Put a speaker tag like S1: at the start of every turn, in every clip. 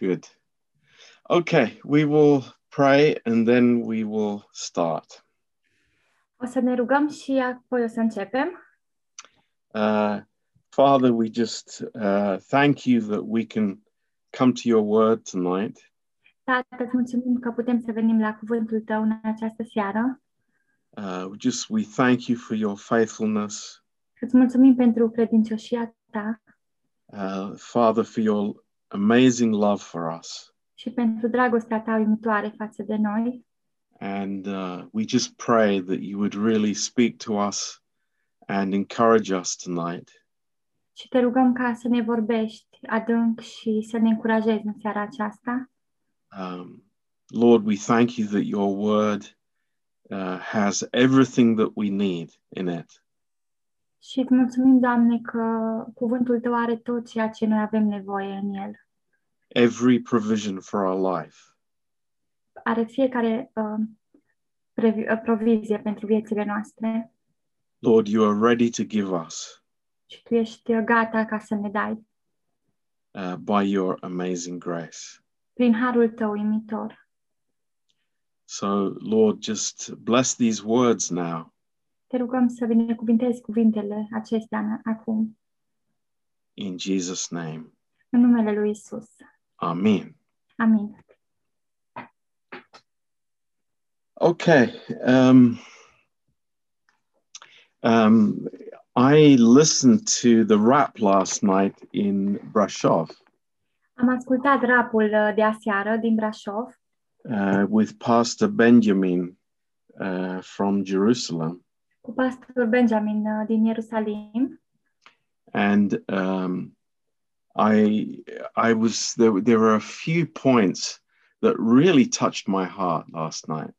S1: Good. Okay, we will pray and then we will start.
S2: O să ne rugăm și apoi o să începem.
S1: Uh, Father, we just uh, thank you that we can come to your word tonight.
S2: Tată, îți mulțumim că putem să venim la cuvântul tău în această seară.
S1: Uh, we just we thank you for your faithfulness,
S2: Îți mulțumim pentru credincioșia ta
S1: uh, Father, for your amazing love for us.
S2: și pentru dragostea ta uimitoare față de noi.
S1: And uh, we just pray that you would really speak to us and encourage us tonight.
S2: Și te rugăm ca să ne vorbești adânc și să ne încurajezi în seara aceasta.
S1: Um, Lord, we thank you that your word uh, has everything that we need in it.
S2: Și îți mulțumim, Doamne, că cuvântul tău are tot ceea ce noi avem nevoie în el.
S1: every provision for our life.
S2: Are fiecare uh, previ- uh, provizie pentru viețile noastre
S1: Lord, you are ready to give us
S2: și tu ești uh, gata ca să ne dai
S1: uh, by your amazing grace.
S2: prin harul tău imitor.
S1: So, Lord, just bless these words now.
S2: Te rugăm să binecuvintezi cuvintele acestea în- acum,
S1: In Jesus' name,
S2: în numele lui Isus.
S1: Amen.
S2: Amin.
S1: Okay. Um, um, I listened to the rap last night in Brasov
S2: Am ascultat rapul uh, de aseară din Brașov
S1: uh, with Pastor Benjamin uh, from Jerusalem.
S2: cu pastorul Benjamin uh, din Ierusalim
S1: and um, I I was there. There were a few points that really touched my heart last night,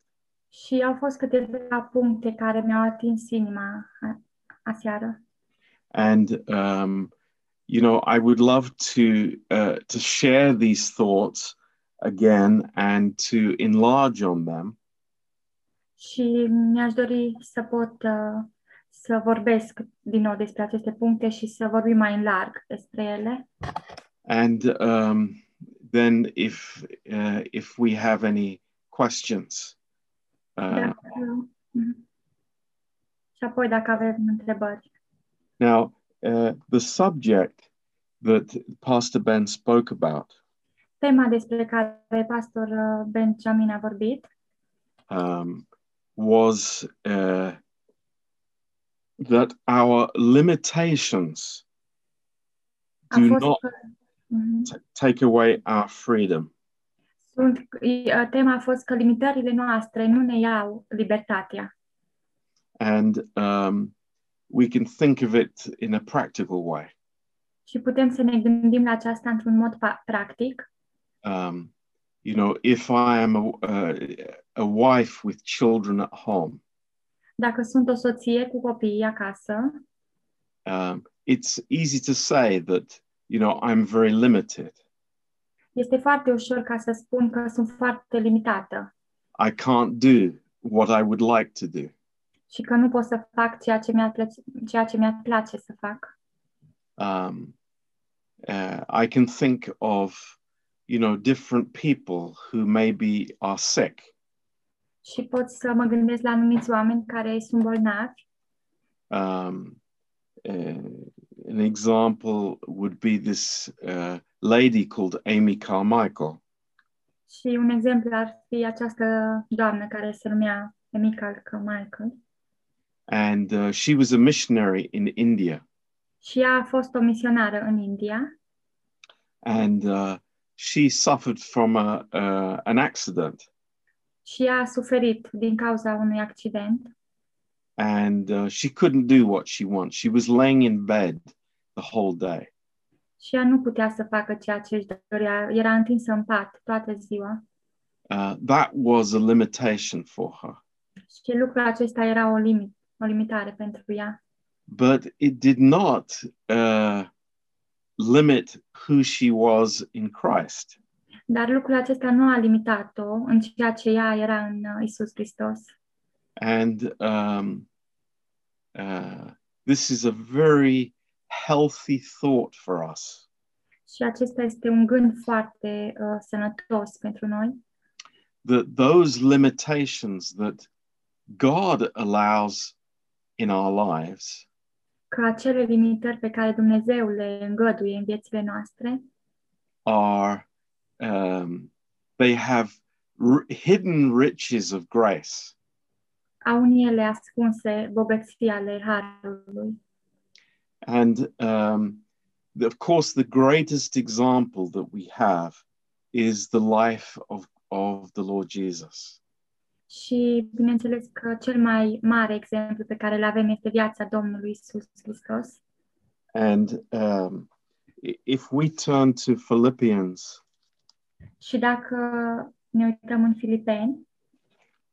S2: și au fost câteva puncte care mi-au atins inima a- aseară.
S1: and um, you know I would love to uh, to share these thoughts again and to enlarge on them.
S2: Și mi-aș dori să pot uh, să vorbesc din nou despre aceste puncte și să vorbim mai în larg despre ele.
S1: And um, then if uh, if we have any questions, uh,
S2: Dacă... Mhm. Și apoi dacă avem întrebări.
S1: now uh, the subject that Pastor Ben spoke about.
S2: tema despre care pastor uh, Benjamin a vorbit
S1: um, was uh, that our limitations
S2: a
S1: do
S2: fost
S1: not
S2: că Mhm.
S1: t- take away our freedom.
S2: sunt, i- uh, tema a fost că limitările noastre nu ne iau libertatea
S1: And um, we can think of it in a practical way.
S2: și putem să ne gândim la aceasta într-un mod pa- practic.
S1: Um, you know, if I am a, uh, a wife with children at home,
S2: Dacă sunt o soție cu copiii acasă,
S1: um, it's easy to say that, you know, I'm very limited.
S2: este foarte ușor ca să spun că sunt foarte limitată
S1: I can't do what I would like to do.
S2: și că nu pot să fac ceea ce mi-ar place, ceea ce mi-ar place să fac.
S1: um, uh, I can think of, you know, different people who maybe are sick
S2: Și pot să mă gândesc la anumiți oameni care sunt bolnavi
S1: um, uh, an example would be this uh, lady called Amy Carmichael.
S2: Și un exemplu ar fi această doamnă care se numea Michael Michael.
S1: And uh, she was a missionary in India.
S2: Și ea a fost o misionară în India
S1: And uh, she suffered from a, uh, an accident.
S2: și ea a suferit din cauza unui accident
S1: And uh, she couldn't do what she wants. She was laying in bed the whole day.
S2: și ea nu putea să facă ceea ce își dorea. Era întinsă în pat toată ziua
S1: Uh, that was a limitation for her.
S2: și lucrul acesta era o, limit, o limitare pentru ea.
S1: but it did not uh, limit who she was in Christ.
S2: Dar lucrul acesta nu a limitat-o în ceea ce ea era în uh, Isus Hristos.
S1: And um, uh, this is a very healthy thought for us.
S2: Și acesta este un gând foarte uh, sănătos pentru noi,
S1: that those limitations that God allows in our lives
S2: că acele limitări pe care Dumnezeu le îngăduie în viețile noastre
S1: are um, they have r- hidden riches of grace.
S2: au în ele ascunse bogății ale harului.
S1: And um, the- of course, the greatest example that we have is the life of, of the Lord Jesus.
S2: Și bineînțeles că cel mai mare exemplu pe care îl avem este viața Domnului Isus Hristos.
S1: And um, i- if we turn to Philippians,
S2: Și dacă ne uităm în Filipeni,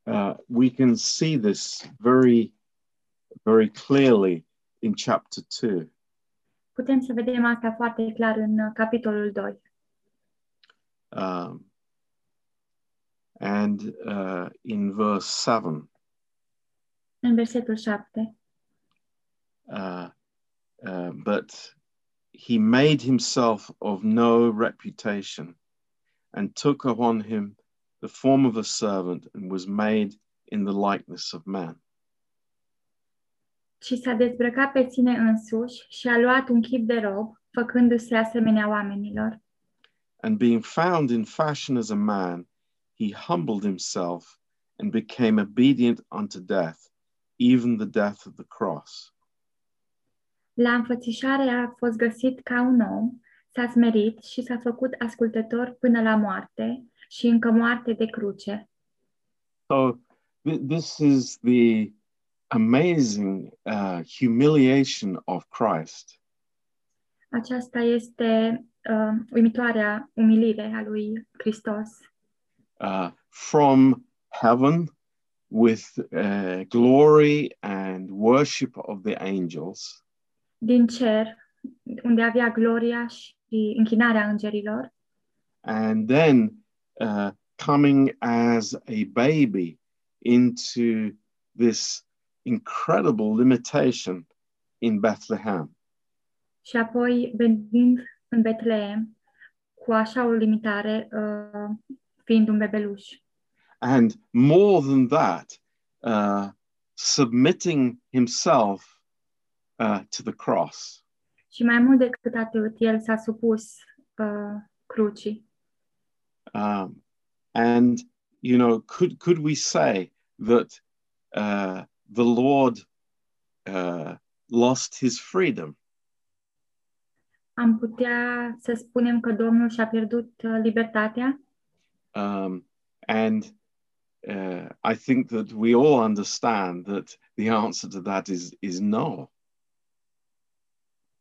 S1: uh, we can see this very, very clearly in chapter 2.
S2: putem să vedem asta foarte clar în uh, capitolul 2.
S1: Um, and uh, in verse 7.
S2: În versetul 7.
S1: uh, uh, but he made himself of no reputation and took upon him the form of a servant and was made in the likeness of man.
S2: Și s-a dezbrăcat pe sine însuși și a luat un chip de rob, făcându-se asemenea oamenilor.
S1: And being found in fashion as a man, he humbled himself and became obedient unto death, even the death of the cross.
S2: La înfățișare a fost găsit ca un om, s-a smerit și s-a făcut ascultător până la moarte și încă moarte de cruce.
S1: So th- this is the amazing uh, humiliation of Christ.
S2: Aceasta este uh, uimitoarea umilire a lui Hristos.
S1: uh, from heaven with uh, glory and worship of the angels
S2: Din cer, unde avea gloria și închinarea îngerilor,
S1: and then uh, coming as a baby into this incredible limitation in Bethlehem.
S2: și apoi venind în Betleem cu așa o limitare, uh, fiind un bebeluș.
S1: And more than that, uh, submitting himself uh, to the cross.
S2: Și mai mult decât atât, el s-a supus uh, crucii.
S1: Um, and you know, could could we say that uh, the Lord uh, lost his freedom?
S2: Am putea să spunem că Domnul și-a pierdut uh, libertatea
S1: Um, and uh, I think that we all understand that the answer to that is is no.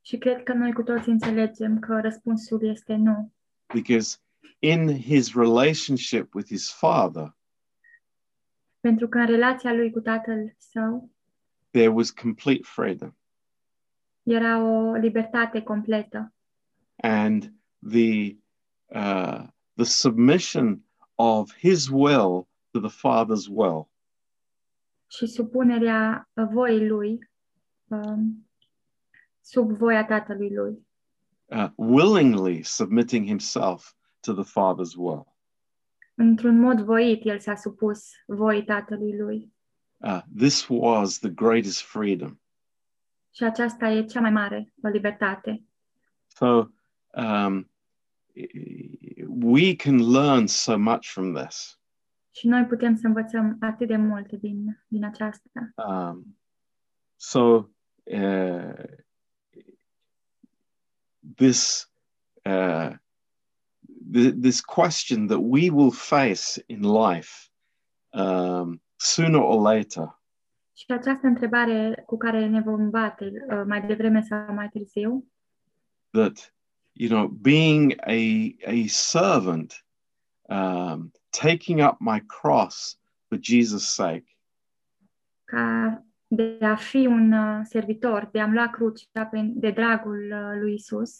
S2: și cred că noi cu toți înțelegem că răspunsul este nu.
S1: Because in his relationship with his father,
S2: Pentru că în relația lui cu tatăl său
S1: there was complete freedom,
S2: era o libertate completă
S1: and the uh, the submission of his will to the father's will
S2: și supunerea uh, voii lui um, sub voia tatălui lui,
S1: uh, willingly submitting himself to the Father's will.
S2: într-un mod voit, el s-a supus voii tatălui lui.
S1: Uh, this was the greatest freedom.
S2: Și aceasta e cea mai mare o libertate.
S1: So um, we can learn so much from this.
S2: Și noi putem să învățăm atât de mult din, din aceasta.
S1: Um, so uh, this uh, th- this question that we will face in life um, sooner or later
S2: Și această întrebare cu care ne vom bate uh, mai devreme sau mai târziu,
S1: that you know being a a servant um, taking up my cross for jesus sake
S2: ca de a fi un uh, servitor, de a-mi lua crucea pe- de dragul uh, lui Isus,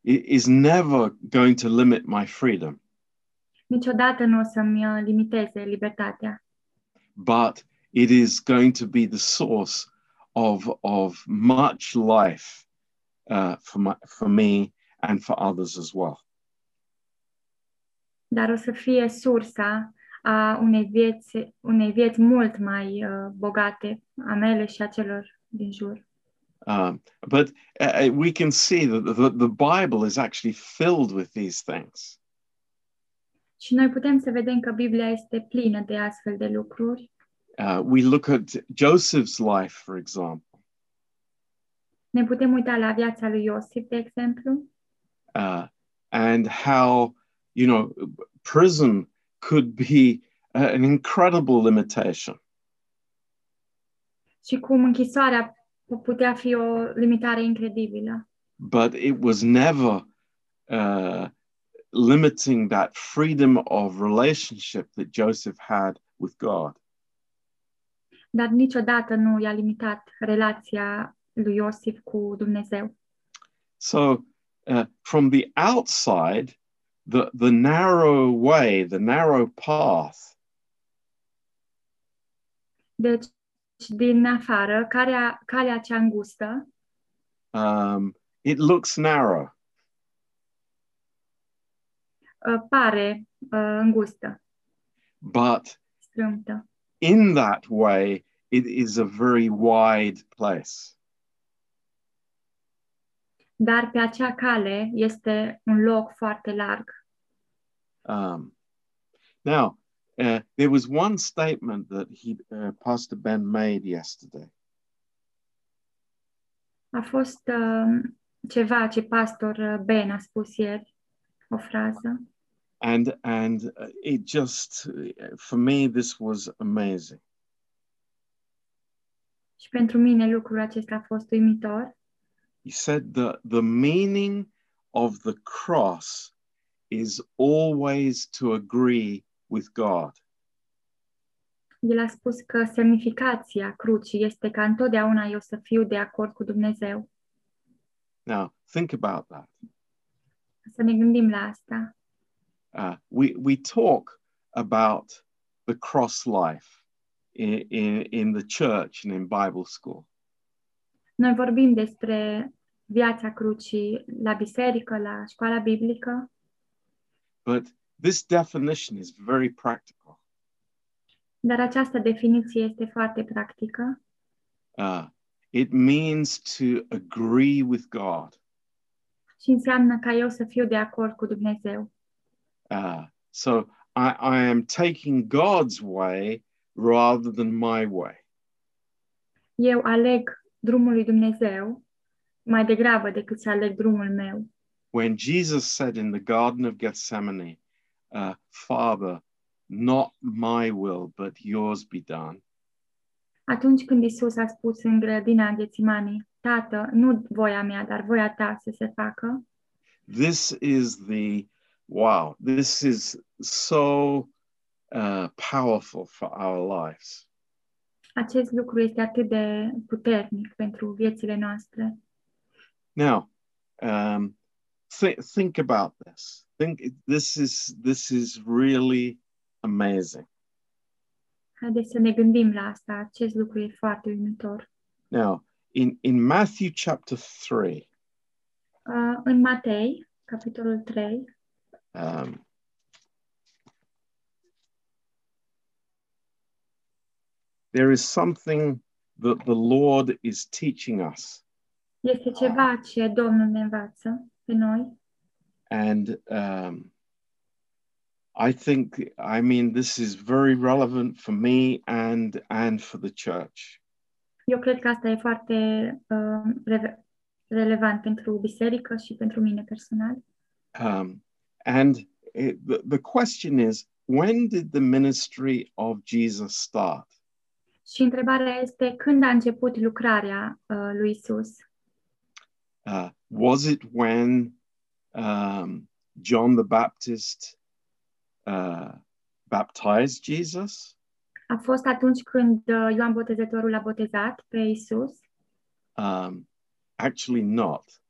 S1: i- is never going to limit my freedom
S2: niciodată nu o să-mi uh, limiteze libertatea,
S1: but it is going to be the source of of much life uh, for my, for me and for others as well.
S2: dar o să fie sursa a unei vieți, unei vieți mult mai uh, bogate, a mele și a celor din jur.
S1: Um, but uh, we can see that the, the Bible is actually filled with these things.
S2: Și noi putem să vedem că Biblia este plină de astfel de lucruri.
S1: Uh, we look at Joseph's life, for example.
S2: Ne putem uita la viața lui Iosif, de exemplu,
S1: uh, and how you know prison could be uh, an incredible limitation
S2: și cum închisoarea pu- putea fi o limitare incredibilă.
S1: but it was never uh, limiting that freedom of relationship that joseph had with god
S2: Dar niciodată nu i-a limitat relația lui Iosif cu Dumnezeu.
S1: so uh, from the outside the, the narrow way the narrow path
S2: Deci, din afară, calea, calea cea îngustă
S1: um, it looks narrow
S2: uh, pare uh, îngustă,
S1: but
S2: strâmtă.
S1: in that way it is a very wide place
S2: dar pe acea cale este un loc foarte larg.
S1: Um, now, uh, there was one statement that he, uh, Pastor Ben made yesterday,
S2: A fost uh, ceva ce pastor uh, Ben a spus ieri, o frază,
S1: and and uh, it just, uh, for me, this was amazing.
S2: și pentru mine lucrul acesta a fost uimitor.
S1: He said that the meaning of the cross is always to agree with God.
S2: El a spus că semnificația crucii este ca întotdeauna eu să fiu de acord cu Dumnezeu.
S1: Now, think about that.
S2: Să ne gândim la asta.
S1: Uh, we we talk about the cross life in, in in the church and in Bible school.
S2: Noi vorbim despre viața crucii la biserică, la școala biblică,
S1: But this definition is very practical.
S2: dar această definiție este foarte practică.
S1: Uh, it means to agree with God.
S2: și înseamnă ca eu să fiu de acord cu Dumnezeu.
S1: Uh, so I, I am taking God's way rather than my way.
S2: Eu aleg drumul lui Dumnezeu mai degrabă decât să aleg drumul meu.
S1: When Jesus said in the Garden of Gethsemane, uh, Father, not my will, but yours be done,
S2: Atunci când Isus a spus în grădina Ghețimanii, Tată, nu voia mea, dar voia ta să se facă,
S1: this is the wow, this is so uh, powerful for our lives.
S2: acest lucru este atât de puternic pentru viețile noastre.
S1: Now, um, thi- think about this. Think this is this is really amazing.
S2: Haideți să ne gândim la asta, acest lucru e foarte uimitor.
S1: Now, in in Matthew chapter three,
S2: Uh, În Matei, capitolul 3,
S1: um, there is something that the Lord is teaching us,
S2: este ceva ce Domnul ne învață pe noi
S1: and um, I think I mean this is very relevant for me and and for the church.
S2: Eu cred că asta e foarte uh, reve- relevant pentru biserică și pentru mine personal.
S1: Um, and it, the, the question is, when did the ministry of Jesus start?
S2: Și întrebarea este când a început lucrarea uh, lui Isus?
S1: Uh, was it when um, John the Baptist uh, baptized Jesus?
S2: A fost atunci când uh, Ioan Botezătorul l-a botezat pe Isus?
S1: Um, actually, not.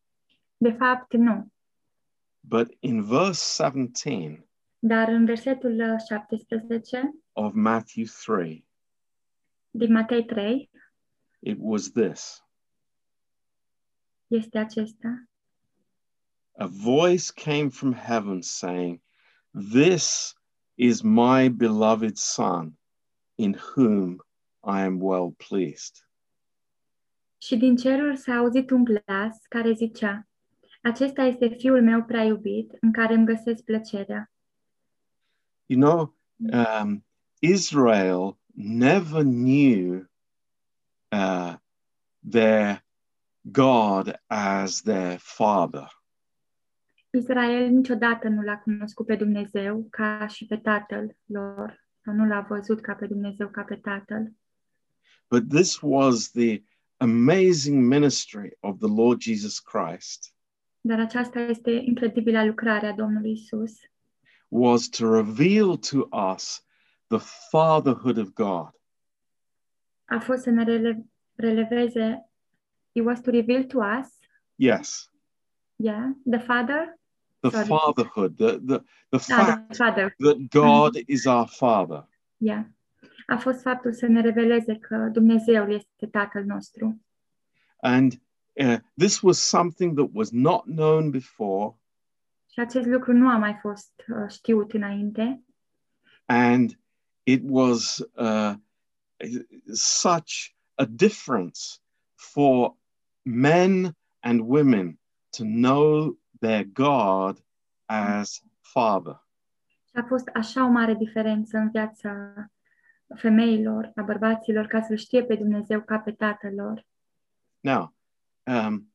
S2: De fapt, nu.
S1: But in verse 17
S2: Dar în versetul uh, 17
S1: of Matthew 3,
S2: din Matei 3
S1: it was this
S2: este acesta.
S1: a voice came from heaven saying, This is my beloved Son, in whom I am well pleased.
S2: Și din ceruri s-a auzit un glas care zicea, Acesta este fiul meu prea iubit, în care îmi găsesc plăcerea.
S1: You know, um, Israel never knew uh, their God as their father.
S2: Israel niciodată nu l-a cunoscut pe Dumnezeu ca și pe tatăl lor, sau nu l-a văzut ca pe Dumnezeu ca pe tatăl.
S1: But this was the amazing ministry of the Lord Jesus Christ
S2: Dar aceasta este incredibila lucrare a Domnului Isus,
S1: was to reveal to us the fatherhood of God.
S2: a fost să ne rele- releveze, it was to reveal to us,
S1: Yes,
S2: yeah, the Father,
S1: the
S2: Sorry.
S1: fatherhood, the, the, the
S2: da,
S1: fact
S2: the Father,
S1: that God is our father.
S2: yeah. A fost faptul să ne reveleze că Dumnezeu este Tatăl nostru.
S1: And uh, this was something that was not known before.
S2: Și acest lucru nu a mai fost uh, știut înainte
S1: And it was uh, such a difference for men and women to know their God as Father.
S2: și a fost așa o mare diferență în viața femeilor, a bărbaților, ca să-L știe pe Dumnezeu ca pe Tatăl lor.
S1: Now, um,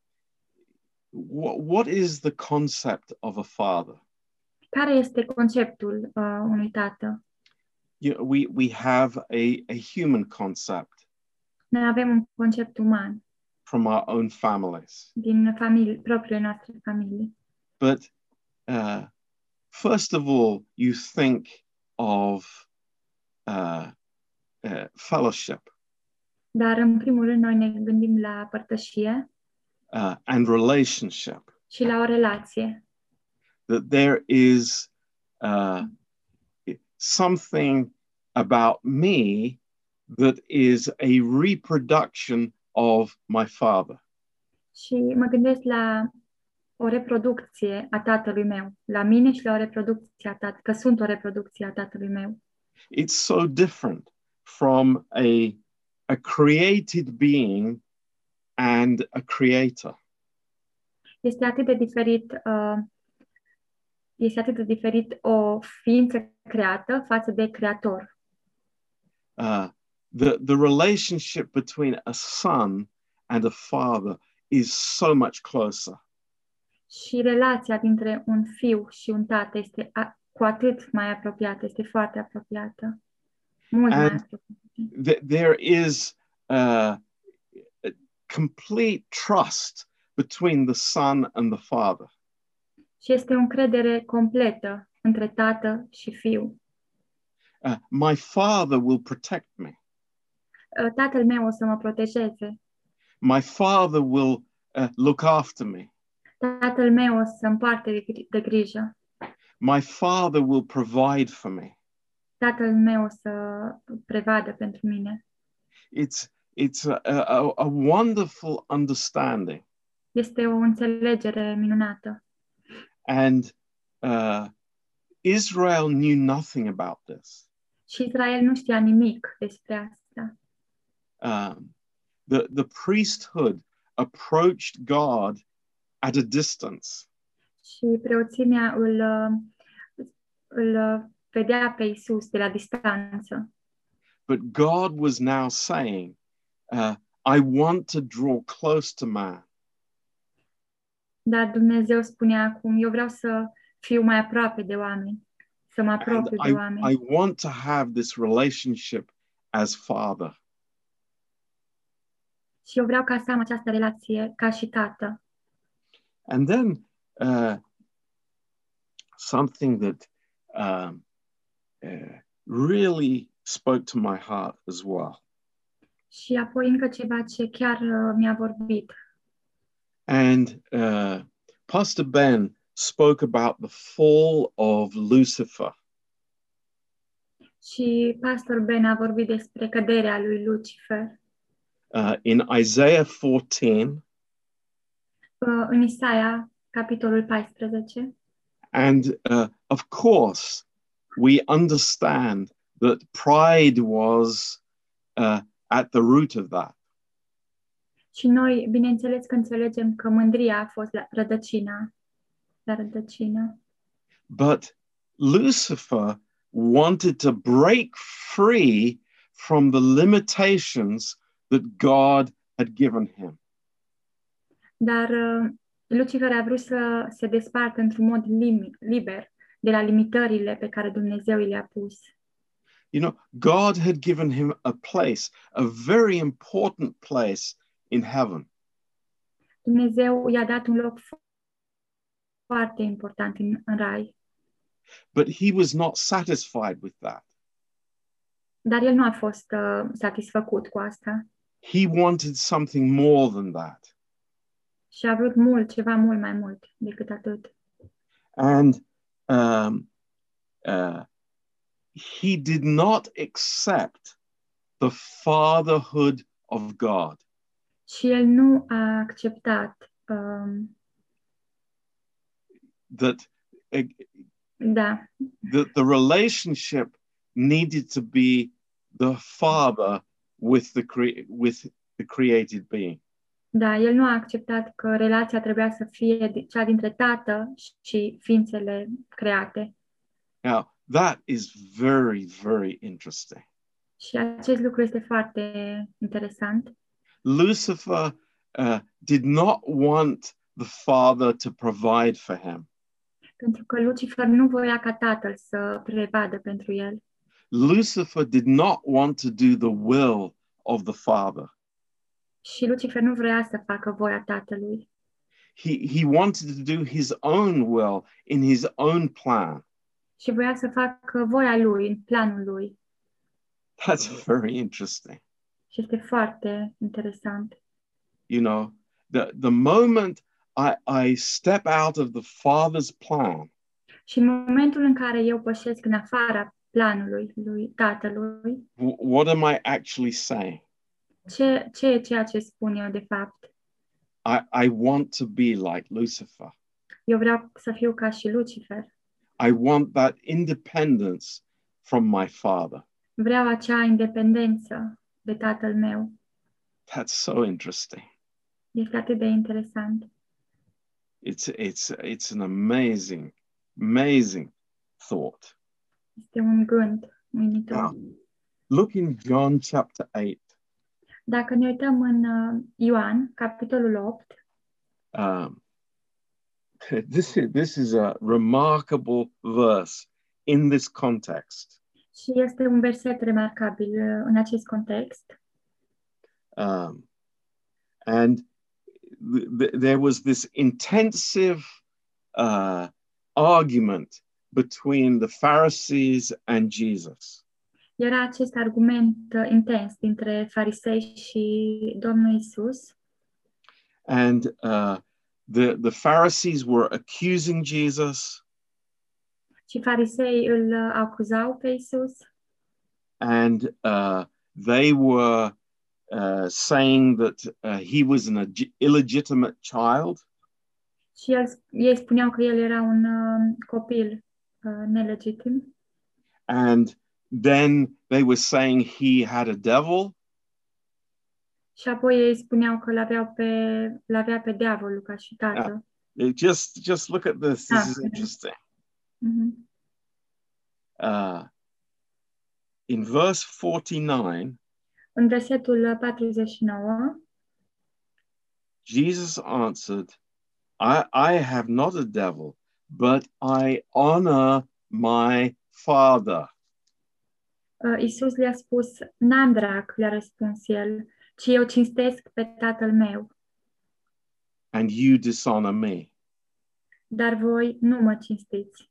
S1: wh- what is the concept of a father?
S2: Care este conceptul uh, unui tată?
S1: You know, we, we have a, a human concept
S2: Noi avem un concept uman
S1: from our own families.
S2: din familie, propriile noastre familii.
S1: But uh, first of all, you think of uh, uh, fellowship
S2: Dar, în primul rând, noi ne gândim la părtășie
S1: uh, and relationship,
S2: și la o relație.
S1: that there is uh, something about me that is a reproduction of my father.
S2: Și mă gândesc la o reproducție a tatălui meu, la mine și la o reproducție a tatălui, că sunt o reproducție a tatălui meu.
S1: It's so different from a, a created being and a creator.
S2: Este atât de diferit, uh, este atât de diferit o ființă creată față de creator.
S1: Uh, the, the relationship between a son and a father is so much closer.
S2: Și relația dintre un fiu și un tată este a, cu atât mai apropiată, este foarte apropiată. Mult mai
S1: And-
S2: apropiată.
S1: Th- there is uh, a complete trust between the son and the father.
S2: Și este o încredere completă între tată și fiu.
S1: Uh, my father will protect me.
S2: Uh, Tatăl meu o să mă protejeze.
S1: My father will uh, look after me.
S2: Tatăl meu o să îmi parte de, gri- de grijă.
S1: My father will provide for me.
S2: Tatăl meu o să prevadă pentru mine.
S1: It's it's a, a, a wonderful understanding,
S2: Este o înțelegere minunată.
S1: and uh, Israel knew nothing about this.
S2: Și Israel nu știa nimic despre asta.
S1: Um, the the priesthood approached God at a distance,
S2: Și preoțimea îl, uh, îl uh, vedea pe Isus de la distanță.
S1: but God was now saying, uh, "I want to draw close to man."
S2: Dar Dumnezeu spunea acum, eu vreau să fiu mai aproape de oameni, să mă
S1: and
S2: apropiu de
S1: I,
S2: oameni.
S1: I want to have this relationship as father.
S2: Și eu vreau ca să am această relație ca și tată.
S1: And then uh, something that um, uh, really spoke to my heart as well.
S2: Și apoi încă ceva ce chiar uh, mi-a vorbit.
S1: And uh, Pastor Ben spoke about the fall of Lucifer.
S2: Și pastor Ben a vorbit despre căderea lui Lucifer.
S1: Uh, in Isaiah 14,
S2: Uh, În Isaia, capitolul 14.
S1: And uh, of course, we understand that pride was uh, at the root of that.
S2: Și noi, bineînțeles că înțelegem că mândria a fost la rădăcina, la rădăcină.
S1: But Lucifer wanted to break free from the limitations that God had given him.
S2: Dar uh, Lucifer a vrut să se despartă într-un mod lim- liber de la limitările pe care Dumnezeu i le-a pus.
S1: You know, God had given him a place, a very important place in heaven.
S2: Dumnezeu i-a dat un loc fo- foarte important în, în rai,
S1: But he was not satisfied with that.
S2: dar el nu a fost uh, satisfăcut cu asta
S1: He wanted something more than that.
S2: și a vrut mult, ceva mult mai mult decât atât.
S1: And um, uh, he did not accept the fatherhood of God.
S2: Și el nu a acceptat, um,
S1: That uh,
S2: da,
S1: that the relationship needed to be the father with the cre- with the created being.
S2: da, el nu a acceptat că relația trebuia să fie de- cea dintre tată și ființele create.
S1: Now that is very very interesting.
S2: Și acest lucru este foarte interesant.
S1: Lucifer uh, did not want the father to provide for him.
S2: Pentru că Lucifer nu voia ca tatăl să prevadă pentru el.
S1: Lucifer did not want to do the will of the father.
S2: Și Lucifer nu vrea să facă voia tatălui.
S1: He he wanted to do his own will in his own plan.
S2: Și voia să facă voia lui, în planul lui.
S1: That's very interesting.
S2: Și este foarte interesant.
S1: you know the the moment i i step out of the father's plan
S2: Și în momentul în care eu pășesc în afara planului lui tatălui,
S1: w- what am i actually saying
S2: ce, ce e ceea ce spun eu de fapt?
S1: i i want to be like lucifer
S2: Eu vreau să fiu ca și Lucifer.
S1: i want that independence from my father
S2: Vreau acea independență de tatăl meu.
S1: that's so interesting
S2: Este atât de interesant.
S1: it's it's it's an amazing amazing thought
S2: Este un gând uimitor.
S1: Wow. look in john chapter 8
S2: Dacă ne uităm în uh, Ioan, capitolul 8,
S1: um, this is this is a remarkable verse in this context
S2: și este un verset remarcabil uh, în acest context,
S1: Um, and th- th- there was this intensive uh, argument between the Pharisees and Jesus.
S2: era acest argument uh, intens dintre farisei și Domnul Isus.
S1: And uh, the, the Pharisees were accusing Jesus,
S2: Și farisei îl uh, acuzau pe Isus
S1: and uh, they were uh, saying that uh, he was an ag- illegitimate child.
S2: și el, ei spuneau că el era un uh, copil uh, nelegitim.
S1: And then they were saying he had a devil.
S2: Și apoi ei spuneau că l-aveau pe, l-avea pe diavolul ca și tată.
S1: Uh, Just, just look at this. This is
S2: Ah.
S1: interesting.
S2: Mhm.
S1: uh, in verse 49,
S2: În versetul uh, 49,
S1: Jesus answered, I, I have not a devil, but I honor my Father.
S2: Uh, Iisus le-a spus, n-am drag, le-a răspuns el, ci eu cinstesc pe tatăl meu,
S1: And you dishonor me.
S2: dar voi nu mă cinstiți.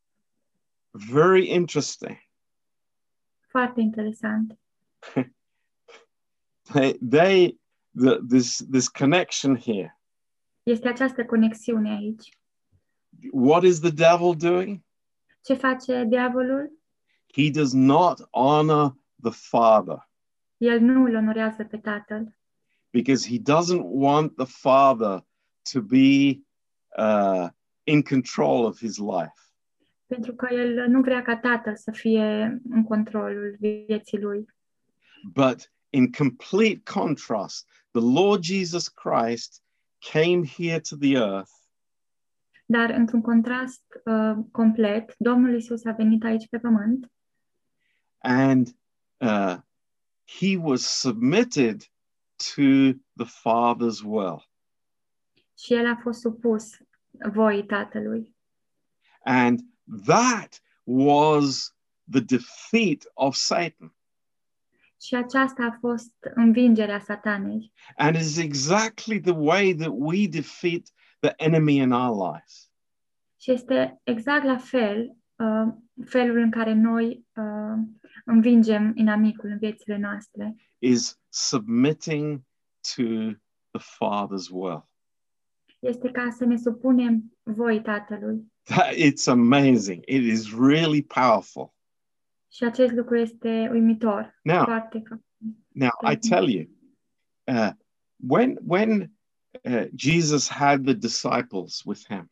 S1: Very interesting.
S2: Foarte interesant.
S1: They, they the, this, this connection here.
S2: Este această conexiune aici.
S1: What is the devil doing?
S2: Ce face diavolul?
S1: He does not honor the Father
S2: El nu îl onorează pe tatăl,
S1: because he doesn't want the Father to be uh, in control of his life.
S2: pentru că el nu vrea ca tatăl să fie în controlul vieții lui.
S1: But in complete contrast, the Lord Jesus Christ came here to the earth
S2: Dar, într-un contrast uh, complet, Domnul Isus a venit aici pe pământ
S1: and uh, he was submitted to the Father's will.
S2: și el a fost supus voii tatălui.
S1: And that was the defeat of Satan.
S2: Și aceasta a fost învingerea satanei.
S1: And it is exactly the way that we defeat the enemy in our lives.
S2: Și este exact la fel uh, felul în care noi uh, învingem inamicul în viețile noastre.
S1: is submitting to the Father's will.
S2: Este ca să ne supunem voii tatălui.
S1: That it's amazing. It is really powerful.
S2: Și acest lucru este uimitor.
S1: Now,
S2: Foarte că
S1: now I tell you, uh, when when uh, Jesus had the disciples with him,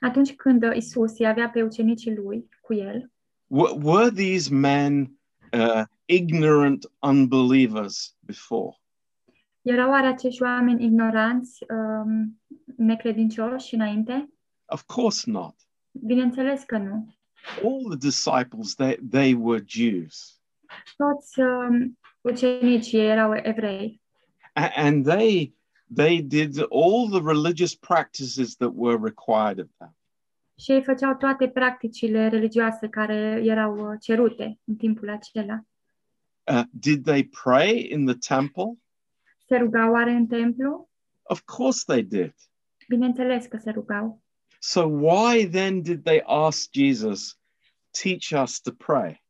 S2: Atunci când Isus îi avea pe ucenicii lui cu el,
S1: w- were these men uh, ignorant unbelievers before?
S2: erau oare acești oameni ignoranți, um, necredincioși înainte?
S1: Of course not.
S2: Bineînțeles că nu.
S1: All the disciples they they were Jews,
S2: Toți um, ucenicii erau evrei
S1: A- and they they did all the religious practices that were required of them.
S2: și ei făceau toate practicile religioase care erau uh, cerute în timpul acela.
S1: Uh, did they pray in the temple?
S2: Se rugau oare în templu?
S1: Of course they did.
S2: Bineînțeles că se rugau.
S1: So why then did they ask Jesus, teach us to pray?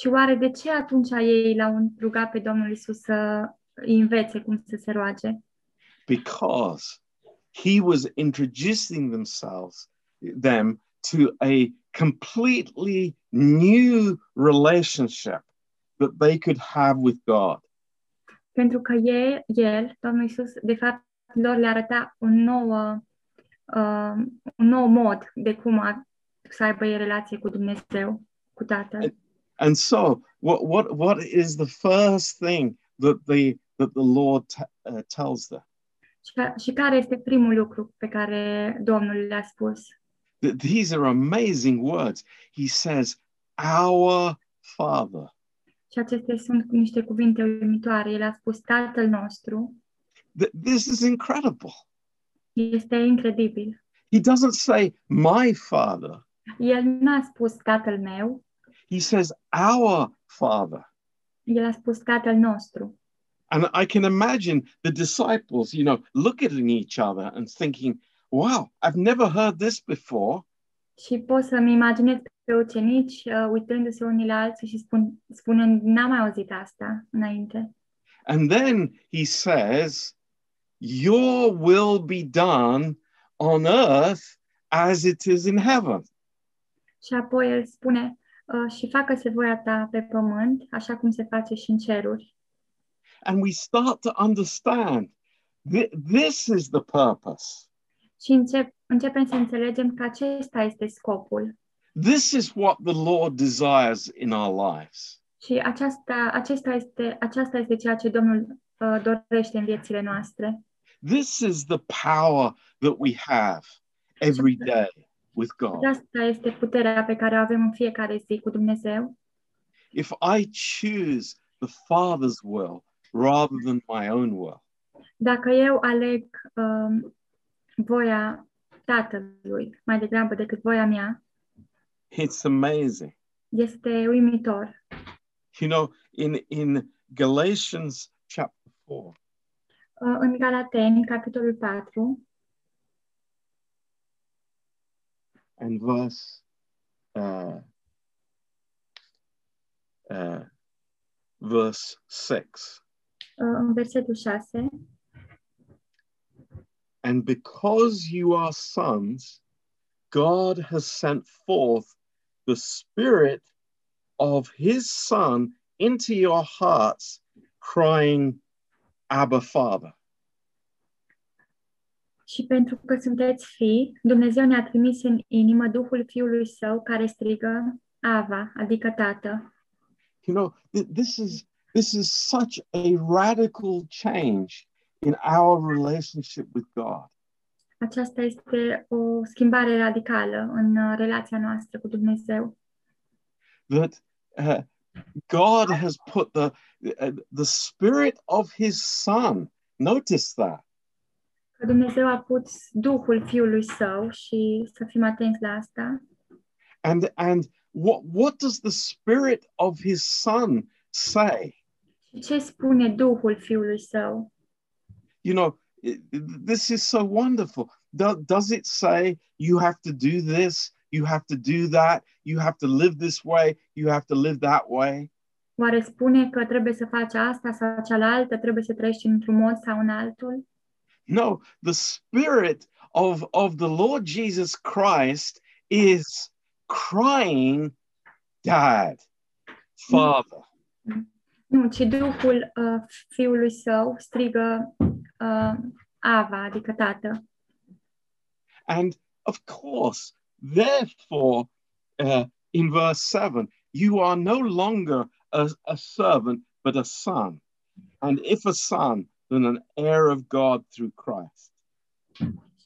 S2: Și oare de ce atunci ei l-au rugat pe Domnul Isus să îi învețe cum să se roage?
S1: Because he was introducing themselves them to a completely new relationship that they could have with God.
S2: pentru că el, el Domnul Iisus, de fapt, lor le arăta un nou, uh, un nou mod de cum a, să aibă ei relație cu Dumnezeu, cu Tatăl.
S1: And so what what what is the first thing that the that the Lord t- uh, tells them?
S2: Și, ca- și care este primul lucru pe care Domnul le-a spus?
S1: Th- These are amazing words. He says, Our Father.
S2: Și acestea sunt niște cuvinte uimitoare. El a spus, Tatăl nostru
S1: Th- This is incredible.
S2: este incredibil.
S1: He doesn't say, My Father.
S2: El n-a spus Tatăl meu,
S1: He says, Our Father.
S2: el a spus Tatăl nostru.
S1: And I can imagine the disciples, you know, looking at each other and thinking, Wow, I've never heard this before.
S2: Și pot să-mi imaginez pe ucenici uh, uitându-se unii la alții și spun, spunând, n-am mai auzit asta înainte.
S1: And then he says, Your will be done on earth as it is in heaven.
S2: Și apoi el spune, uh, și facă-se voia ta pe pământ, așa cum se face și în ceruri.
S1: and we start to understand thi- this is the purpose.
S2: Și încep, începem să înțelegem că acesta este scopul.
S1: This is what the Lord desires in our lives.
S2: Și aceasta, acesta este, aceasta este ceea ce Domnul uh, dorește în viețile noastre.
S1: This is the power that we have every day with God.
S2: Aceasta este puterea pe care o avem în fiecare zi cu Dumnezeu.
S1: If I choose the Father's will rather than my own will,
S2: Dacă eu aleg um, voia tatălui mai degrabă decât voia mea,
S1: it's amazing.
S2: este uimitor.
S1: You know, in, in Galatians chapter 4,
S2: Uh, În Galateni, capitolul 4,
S1: and verse uh, uh, verse six.
S2: uh, în versetul 6,
S1: And because you are sons, God has sent forth the Spirit of His Son into your hearts, crying, Abba, Father.
S2: Și pentru că sunteți fii, Dumnezeu ne-a trimis în inimă Duhul Fiului Său care strigă Ava, adică Tată.
S1: You know, th- this is this is such a radical change in our relationship with God.
S2: Aceasta este o schimbare radicală în uh, relația noastră cu Dumnezeu.
S1: That uh, God has put the uh, the spirit of His Son. Notice that
S2: Că Dumnezeu a pus Duhul Fiului Său și să fim atenți la asta.
S1: and and what what does the spirit of His Son say?
S2: Și ce spune Duhul Fiului Său?
S1: you know, i- i- this is so wonderful. Do- does it say you have to do this, you have to do that, you have to live this way, you have to live that way?
S2: Oare spune că trebuie să faci asta sau cealaltă, trebuie să trăiești într-un mod sau în altul?
S1: No, the spirit of, of the Lord Jesus Christ is crying, Dad, Father.
S2: Nu, ci Duhul uh, Fiului Său strigă uh, Ava, adică Tată.
S1: And of course, therefore, uh, in verse 7, you are no longer a, a servant, but a son. And if a son, then an heir of God through Christ.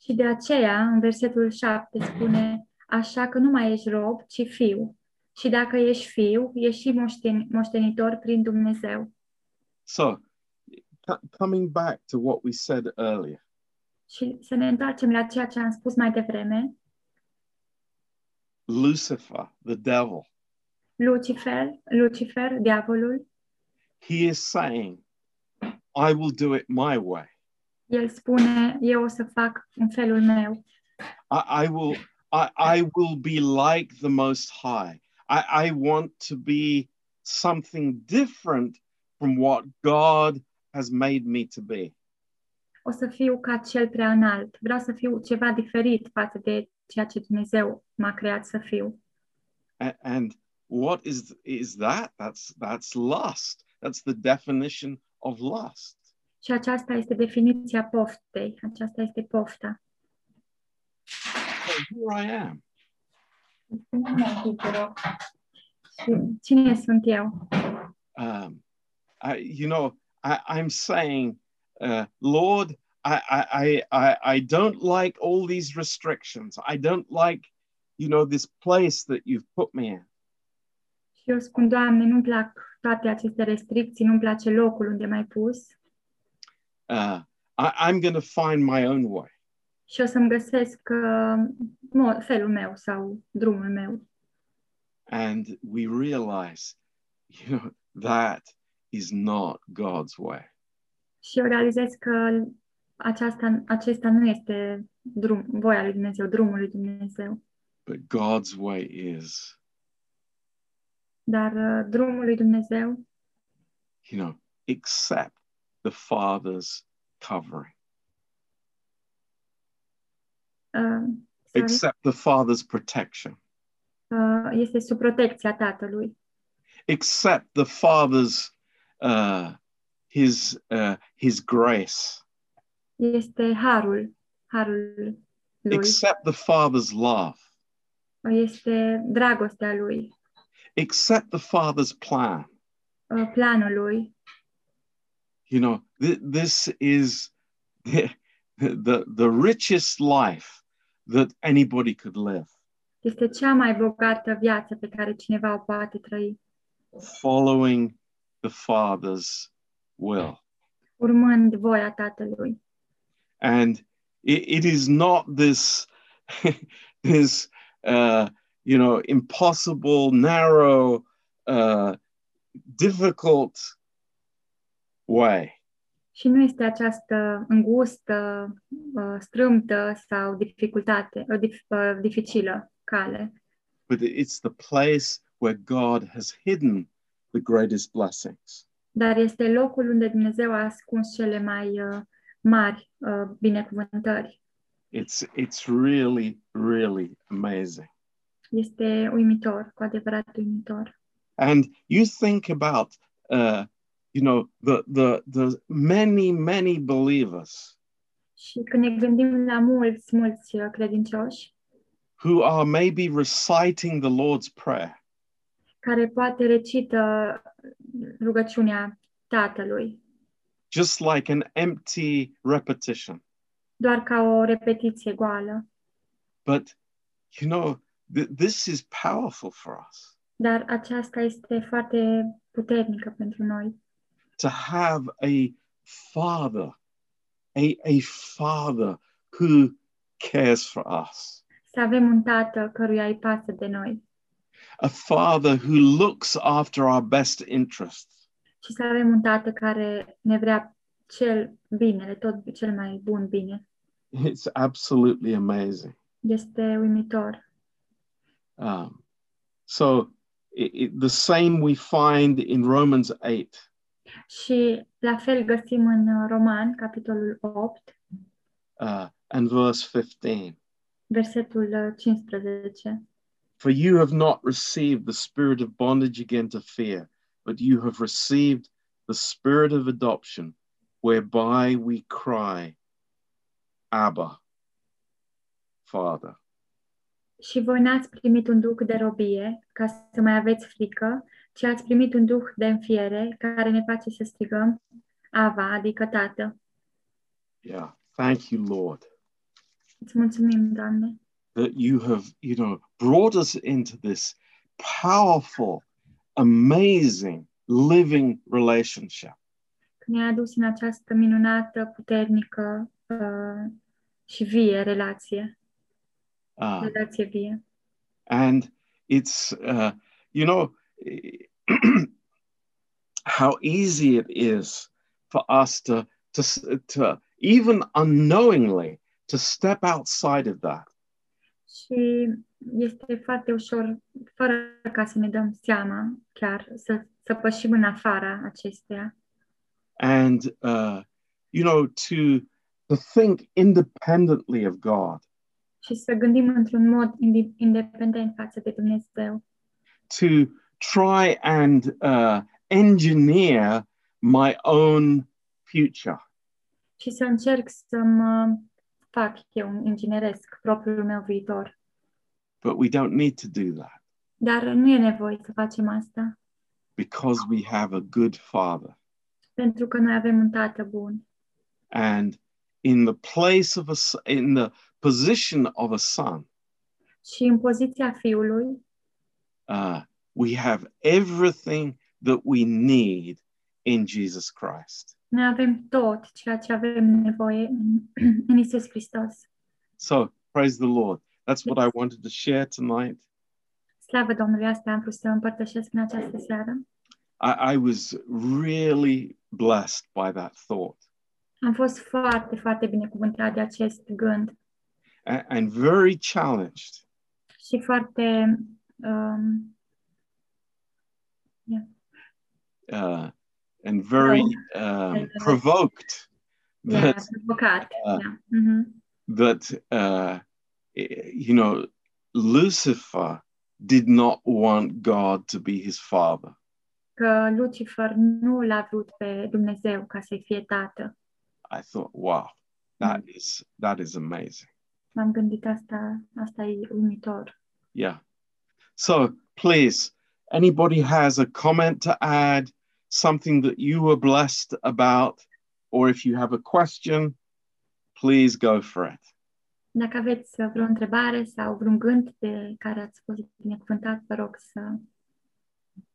S2: Și de aceea, în versetul 7 spune, așa că nu mai ești rob, ci fiu. Și dacă ești fiu, ești și moșten- moștenitor prin Dumnezeu.
S1: So, c- coming back to what we said earlier,
S2: Și să ne întoarcem la ceea ce am spus mai devreme,
S1: Lucifer, the devil,
S2: Lucifer, Lucifer, diavolul,
S1: he is saying, I will do it my way.
S2: el spune, eu o să fac în felul meu.
S1: I, I will I, I will be like the most high. I, I want to be something different from what God has made me to be.
S2: O să fiu ca cel prea înalt. Vreau să fiu ceva diferit față de ceea ce Dumnezeu m-a creat să fiu.
S1: A- And what is is that? That's that's lust. That's the definition of lust.
S2: Și aceasta este definiția poftei. Aceasta este pofta.
S1: So here I am.
S2: Și Cine sunt eu?
S1: Um, I, you know, I, I'm saying, uh, Lord, I, I, I- I, I don't like all these restrictions. I don't like, you know, this place that you've put me in.
S2: Și eu spun, Doamne, nu-mi plac toate aceste restricții, nu-mi place locul unde m-ai pus
S1: Uh, I, I'm going to find my own way.
S2: și o să-mi găsesc uh, mo- felul meu sau drumul meu.
S1: And we realize, you know, that is not God's way.
S2: Și eu realizez că aceasta, acesta nu este drum, voia lui Dumnezeu, drumul lui Dumnezeu,
S1: But God's way is,
S2: dar uh, drumul lui Dumnezeu
S1: you know, accept the Father's covering,
S2: uh, sorry,
S1: accept the Father's protection.
S2: uh, este sub protecția Tatălui.
S1: accept the father's uh his uh his grace
S2: Este harul, harul lui,
S1: accept the father's love
S2: este dragostea lui,
S1: accept the father's plan
S2: uh, planul lui.
S1: you know th- this is the, the the richest life that anybody could live
S2: Este cea mai bogată viață pe care cineva o poate trăi,
S1: following the father's will
S2: urmând voia Tatălui.
S1: and it, it is not this this uh, you know impossible narrow uh, difficult way
S2: Și nu este această îngustă, uh, strâmtă sau dificultate, uh, dif- uh, dificilă cale,
S1: but it's the place where god has hidden the greatest blessings
S2: dar este locul unde Dumnezeu a ascuns cele mai uh, mari uh, binecuvântări.
S1: it's it's really really amazing
S2: Este uimitor, cu adevărat uimitor.
S1: and you think about uh, you know the the the many many believers
S2: Și când ne gândim la mulți, mulți uh, credincioși
S1: who are maybe reciting the Lord's Prayer,
S2: care poate recită rugăciunea Tatălui,
S1: just like an empty repetition.
S2: doar ca o repetiție goală.
S1: But you know, th- this is powerful for us
S2: Dar aceasta este foarte puternică pentru noi.
S1: to have a father, a, a father who cares for us,
S2: Să avem un tată căruia îi pasă de noi
S1: a father who looks after our best interests,
S2: și să avem un tată care ne vrea cel binele, tot cel mai bun bine.
S1: it's absolutely amazing.
S2: Este uimitor.
S1: Um, so, it, it, the same we find in Romans 8.
S2: Și la fel găsim în uh, Roman, capitolul 8,
S1: uh, and verse 15.
S2: versetul uh, 15.
S1: For you have not received the spirit of bondage again to fear, but you have received the spirit of adoption, whereby we cry, Abba, Father.
S2: Și voi n-ați primit un duc de robie, ca să mai aveți frică, ci ați primit un duc de înfiere, care ne face să strigăm Ava, adică Tată.
S1: Yeah. Thank you, Lord,
S2: Îți mulțumim, Doamne,
S1: that you have, you know, brought us into this powerful, amazing, living relationship.
S2: că ne-ai adus în această minunată, puternică uh, și vie relație,
S1: Uh,
S2: relație vie.
S1: and it's uh, you know how easy it is for us to to s- to even unknowingly to step outside of that
S2: Și este foarte ușor, fără ca să ne dăm seama chiar, să, să pășim în afara acesteia
S1: and uh, you know to to think independently of God
S2: și să gândim într-un mod indi- independent față de Dumnezeu,
S1: to try and uh, engineer my own future
S2: și să încerc să mă fac eu, ingineresc propriul meu viitor.
S1: but we don't need to do that
S2: Dar nu e nevoie să facem asta,
S1: because we have a good father
S2: pentru că noi avem un tată bun.
S1: and in the place of a s- in the position of a son
S2: Și în poziția fiului
S1: uh, we have everything that we need in jesus christ
S2: noi avem tot ceea ce avem nevoie în, în Isus Hristos.
S1: so praise the lord that's what i wanted to share tonight
S2: Slavă Domnului, asta am vrut să împărtășesc în această seară.
S1: i, I was really blessed by that thought
S2: Am fost foarte, foarte binecuvântat de acest gând
S1: and, and very challenged
S2: și foarte um,
S1: uh, and very um, provoked
S2: yeah,
S1: that
S2: provocat.
S1: da.
S2: Da. Mhm.
S1: that uh, you know Lucifer did not want God to be his father,
S2: Că Lucifer nu l-a vrut pe Dumnezeu ca să-i fie tată.
S1: I thought, wow, that is that is amazing.
S2: M-am gândit asta, asta e uimitor.
S1: Yeah. So please, anybody has a comment to add, something that you were blessed about, or if you have a question, please go for it.
S2: Dacă aveți uh, vreo întrebare sau vreun gând de care ați fost binecuvântat, vă rog să,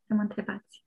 S2: să mă întrebați.